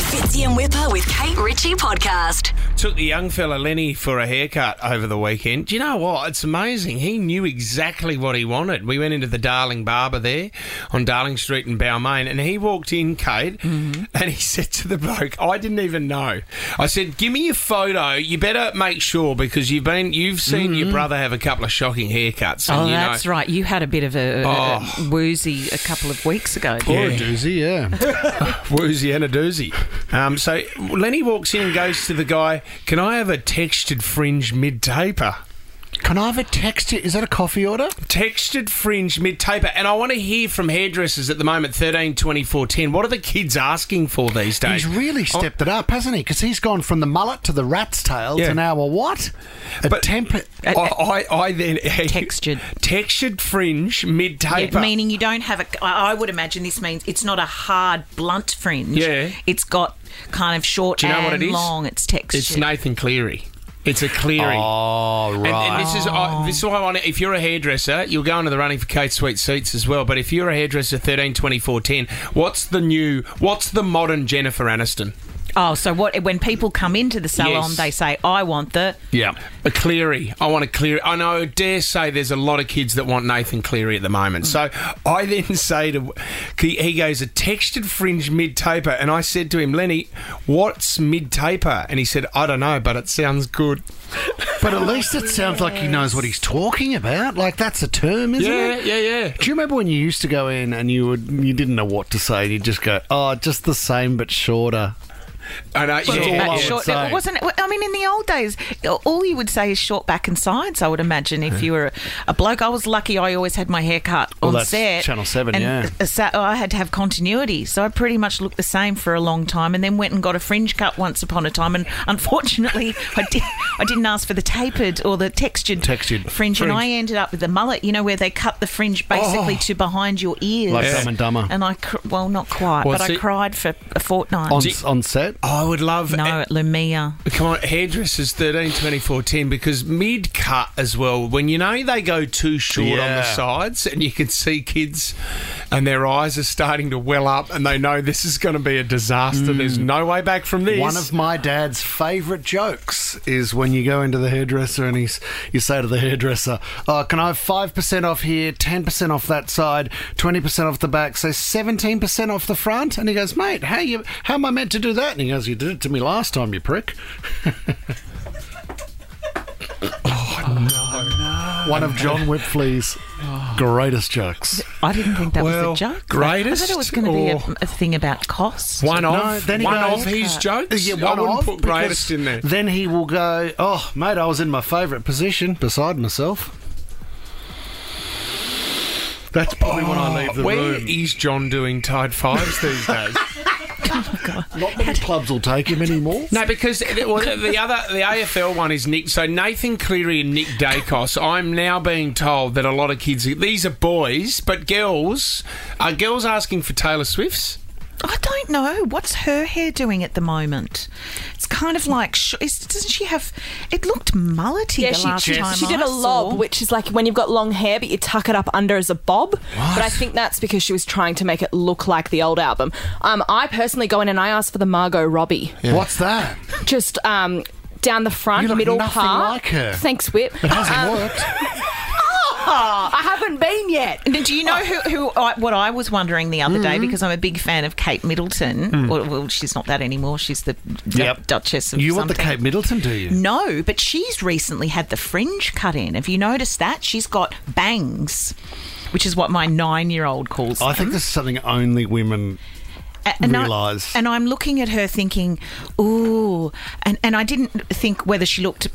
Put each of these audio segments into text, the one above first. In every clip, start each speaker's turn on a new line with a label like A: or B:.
A: Fitzy and Whipper with Kate Ritchie podcast.
B: Took the young fella Lenny for a haircut over the weekend. Do you know what? It's amazing. He knew exactly what he wanted. We went into the Darling Barber there on Darling Street in Balmain, and he walked in, Kate,
C: Mm-hmm.
B: and he said to the bloke, I didn't even know. I said, Give me your photo. You better make sure because you've been you've seen your brother have a couple of shocking haircuts. And
C: Mm-hmm. Oh,
B: you
C: that's
B: know,
C: right. You had a bit of a, a- a
B: Oh.
C: woozy a couple of weeks ago.
B: Yeah.
D: Or a doozy, yeah.
B: Woozy and a doozy. Um, so Lenny walks in and goes to the guy, Can I have a textured fringe mid taper?
D: Can I have a text? Is that a coffee order?
B: Textured fringe mid taper, and I want to hear from hairdressers at the moment. 13, 24, 10. What are the kids asking for these days?
D: He's really
B: Oh.
D: stepped it up, hasn't he? Because he's gone from the mullet to the rat's tail
B: Yeah.
D: to now a what? A
B: But-
D: temp.
B: I, I, I then
C: Textured.
B: textured fringe mid
E: Yeah,
B: taper.
E: meaning you don't have a. I I would imagine this means it's not a hard, blunt fringe.
B: Yeah.
E: It's got kind of short
B: Do you know
E: and
B: what it is?
E: long. It's textured.
B: it's Nathan Cleary. It's a Cleary.
D: Oh
B: And,
D: right.
B: and this is I this is why I want. to- If you're a hairdresser, you'll go into the running for Kate Sweet Seats as well. But if you're a hairdresser, 13, 24, 10, What's the new? What's the modern Jennifer Aniston?
E: Oh, so what? When people come into the salon,
B: Yes.
E: they say, "I want the."
B: Yeah. A Cleary. I want a Cleary. I know, I dare say there's a lot of kids that want Nathan Cleary at the
E: Mm.
B: moment. So I then say to, he he goes, a textured fringe mid taper. And I said to him, Lenny, what's mid taper? And he said, I don't know, but it sounds good.
D: but at least it sounds like he knows what he's talking about. Like that's a term, isn't
B: Yeah,
D: it?
B: yeah, yeah.
D: Do you remember when you used to go in and you would you didn't know what to say? You'd just go, "Oh, just the same but shorter."
B: And I,
D: That's
B: yeah,
D: all I
B: yeah.
D: would
E: short,
D: say.
E: it wasn't. I mean, in the old days, all you would say is short back and sides. I would imagine if you were a, a bloke. I was lucky; I always had my hair cut
D: Well,
E: on
D: that's
E: set.
D: Channel 7,
E: and
D: yeah.
E: a sa- I had to have continuity, so I pretty much looked the same for a long time, and then went and got a fringe cut once upon a time. And unfortunately, I did. I didn't ask for the tapered or the textured
D: Textured.
E: fringe, and I ended up with the mullet. You know where they cut the fringe basically to behind your ears,
D: Oh. Like Dumb and Dumber.
E: And I, cr- well, not quite,
B: Well,
E: but
B: see-
E: I cried for a fortnight.
D: On on set.
B: I would love
E: no, at Lumia.
B: Come on, hairdressers 13, 24, 10, because mid cut as well, when you know they go too short on the
D: Yeah.
B: sides and you can see kids and their eyes are starting to well up and they know this is going to be a disaster. There's no way back from this.
D: Mm. One of my dad's favourite jokes is when you go into the hairdresser and he's, you say to the hairdresser, oh, Can I have 5% off here, 10% off that side, 20% off the back, so 17% off the front? And he goes, Mate, how, you, how am I meant to do that? And he goes, You did it to me last time, you prick. oh, no. One of John Whitfley's greatest jokes.
E: I didn't think that
B: Well,
E: was a joke.
B: greatest
E: I thought it was going to be
B: or-
E: a, a thing about costs.
B: one of,
D: No, then he
B: one
D: goes-
B: of his jokes.
D: Yeah,
B: I
D: one
B: wouldn't
D: of,
B: put
D: because
B: greatest in there.
D: Then he will go, Oh, mate, I was in my favourite position beside myself. That's probably when I leave the
B: Oh, Where
D: room.
B: is John doing Tide Fives these days?
D: Not many clubs will take him anymore.
B: No, because it- well, the other the AFL one is Nick. So Nathan Cleary and Nick Dacos. I'm now being told that a lot of kids. These are boys, but girls are girls asking for Taylor Swifts.
E: I don't know. What's her hair doing at the moment? It's kind of like, sh- is, doesn't she have? It looked mullety the last
D: she-
E: time.
F: she did
E: a
F: a lob, which is like when you've got long hair but you tuck it up under as a bob. But I think that's because she was trying to make it look like the old album. Um, I personally go in and I ask for the Margot Robbie,
D: What's that?
F: just um, down the front,
D: You look
F: middle
D: nothing
F: part.
D: like her.
F: Thanks, Whip.
D: It hasn't
F: Um,
D: worked.
F: oh, I haven't been yet.
E: Do you know who, who I, what I was wondering the other
D: Mm-hmm.
E: day? Because I'm a big fan of Kate Middleton. Well, well, she's not that anymore. She's the du-
D: Mm. Yep.
E: Duchess of
D: You want the
E: something.
D: Kate Middleton, do you?
E: No, but she's recently had the fringe cut in. Have you noticed that? She's got bangs, which is what my nine year old calls
D: I think this is something only women.
E: A- and I-
D: realise.
E: And I'm looking at her thinking, ooh. And, and I didn't think whether she looked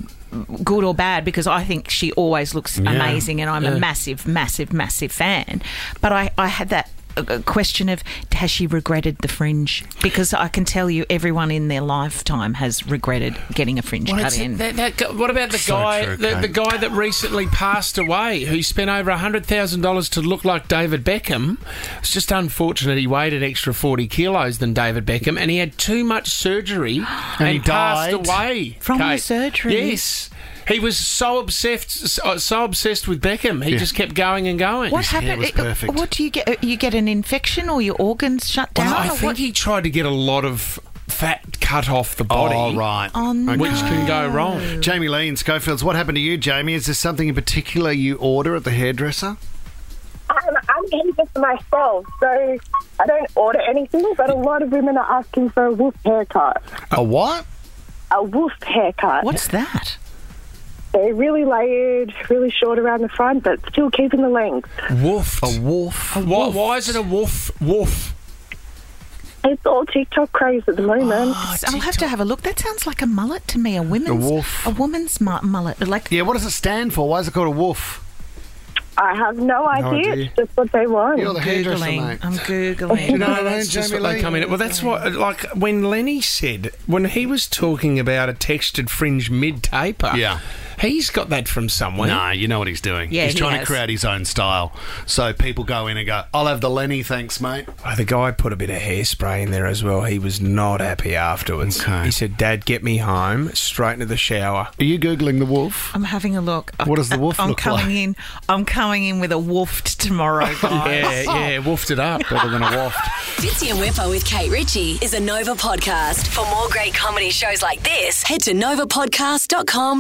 E: good or bad because I think she always looks amazing and I'm a massive, massive, massive fan. But I, I had that uh, question of has she regretted the fringe because i can tell you everyone in their lifetime has regretted getting a fringe
B: Well,
E: cut
B: it's-
E: in
B: that- that gu- what about the
D: So
B: guy
D: true,
B: the,
D: Kate.
B: the guy that recently passed away who spent over hundred thousand dollars to look like David Beckham? It's just unfortunate he weighed an extra forty kilos than David Beckham, and he had too much surgery and,
D: he
B: passed
D: died
B: away
E: from the
B: Kate.
E: surgery?
B: Yes. He was so obsessed, so so obsessed with Beckham. He
D: Yeah.
B: just kept going and going.
E: what
D: His hair
E: happened Uh,
D: was
E: it-
D: perfect.
E: what do you get you get an infection or your organs shut down
B: Well, I
E: or
B: think
E: what?
B: he tried to get a lot of fat cut off the body,
D: Oh, right.
E: Oh, no.
B: which can go wrong.
D: Jamie Lee in Schofields, what happened to you, Jamie? Is there something in particular you order at the hairdresser?
G: I'm, I'm getting for myself, so I don't order anything, but a lot of women are asking for a wolf haircut.
D: A what?
G: A wolf haircut.
C: What's that?
G: They're really layered, really short around the front, but still keeping the length.
B: Woof.
D: A wolf.
B: Why, why is it a woof? Woof.
G: It's all TikTok craze at the moment.
E: I'll have to have a look. That sounds like a mullet to me. A woman's
D: wolf.
E: a woman's mu- mullet. Like
D: Yeah, what does it stand for? Why is it called a wolf?
G: I have no, idea.
D: idea.
G: It's just what they want.
D: You're the hairdresser,
E: googling.
D: mate.
E: I'm googling.
D: You know what I mean,
B: that's just
D: Jamie
B: what
D: Lee?
B: they come in. at. Well, that's what like when Lenny said when he was talking about a textured fringe mid taper.
D: Yeah.
B: he's got that from somewhere.
D: No, you know what he's doing.
E: Yeah,
D: he's
E: he
D: trying to
E: has.
D: create his own style. So people go in and go, I'll have the Lenny, thanks, mate.
B: Oh, the guy put a bit of hairspray in there as well. He was not happy afterwards.
D: Okay.
B: He said, "Dad, get me home straight into the shower."
D: Are you Googling the wolf?
E: I'm having a look.
D: What does the wolf
E: I'm
D: look
E: coming
D: like?
E: in. I'm coming in with a woofed tomorrow, guys.
B: Yeah, yeah, woofed it up.
D: Better than a waft.
A: Fitzy and Whipper with Kate Ritchie is a Nova podcast. For more great comedy shows like this, head to novapodcast.com.au.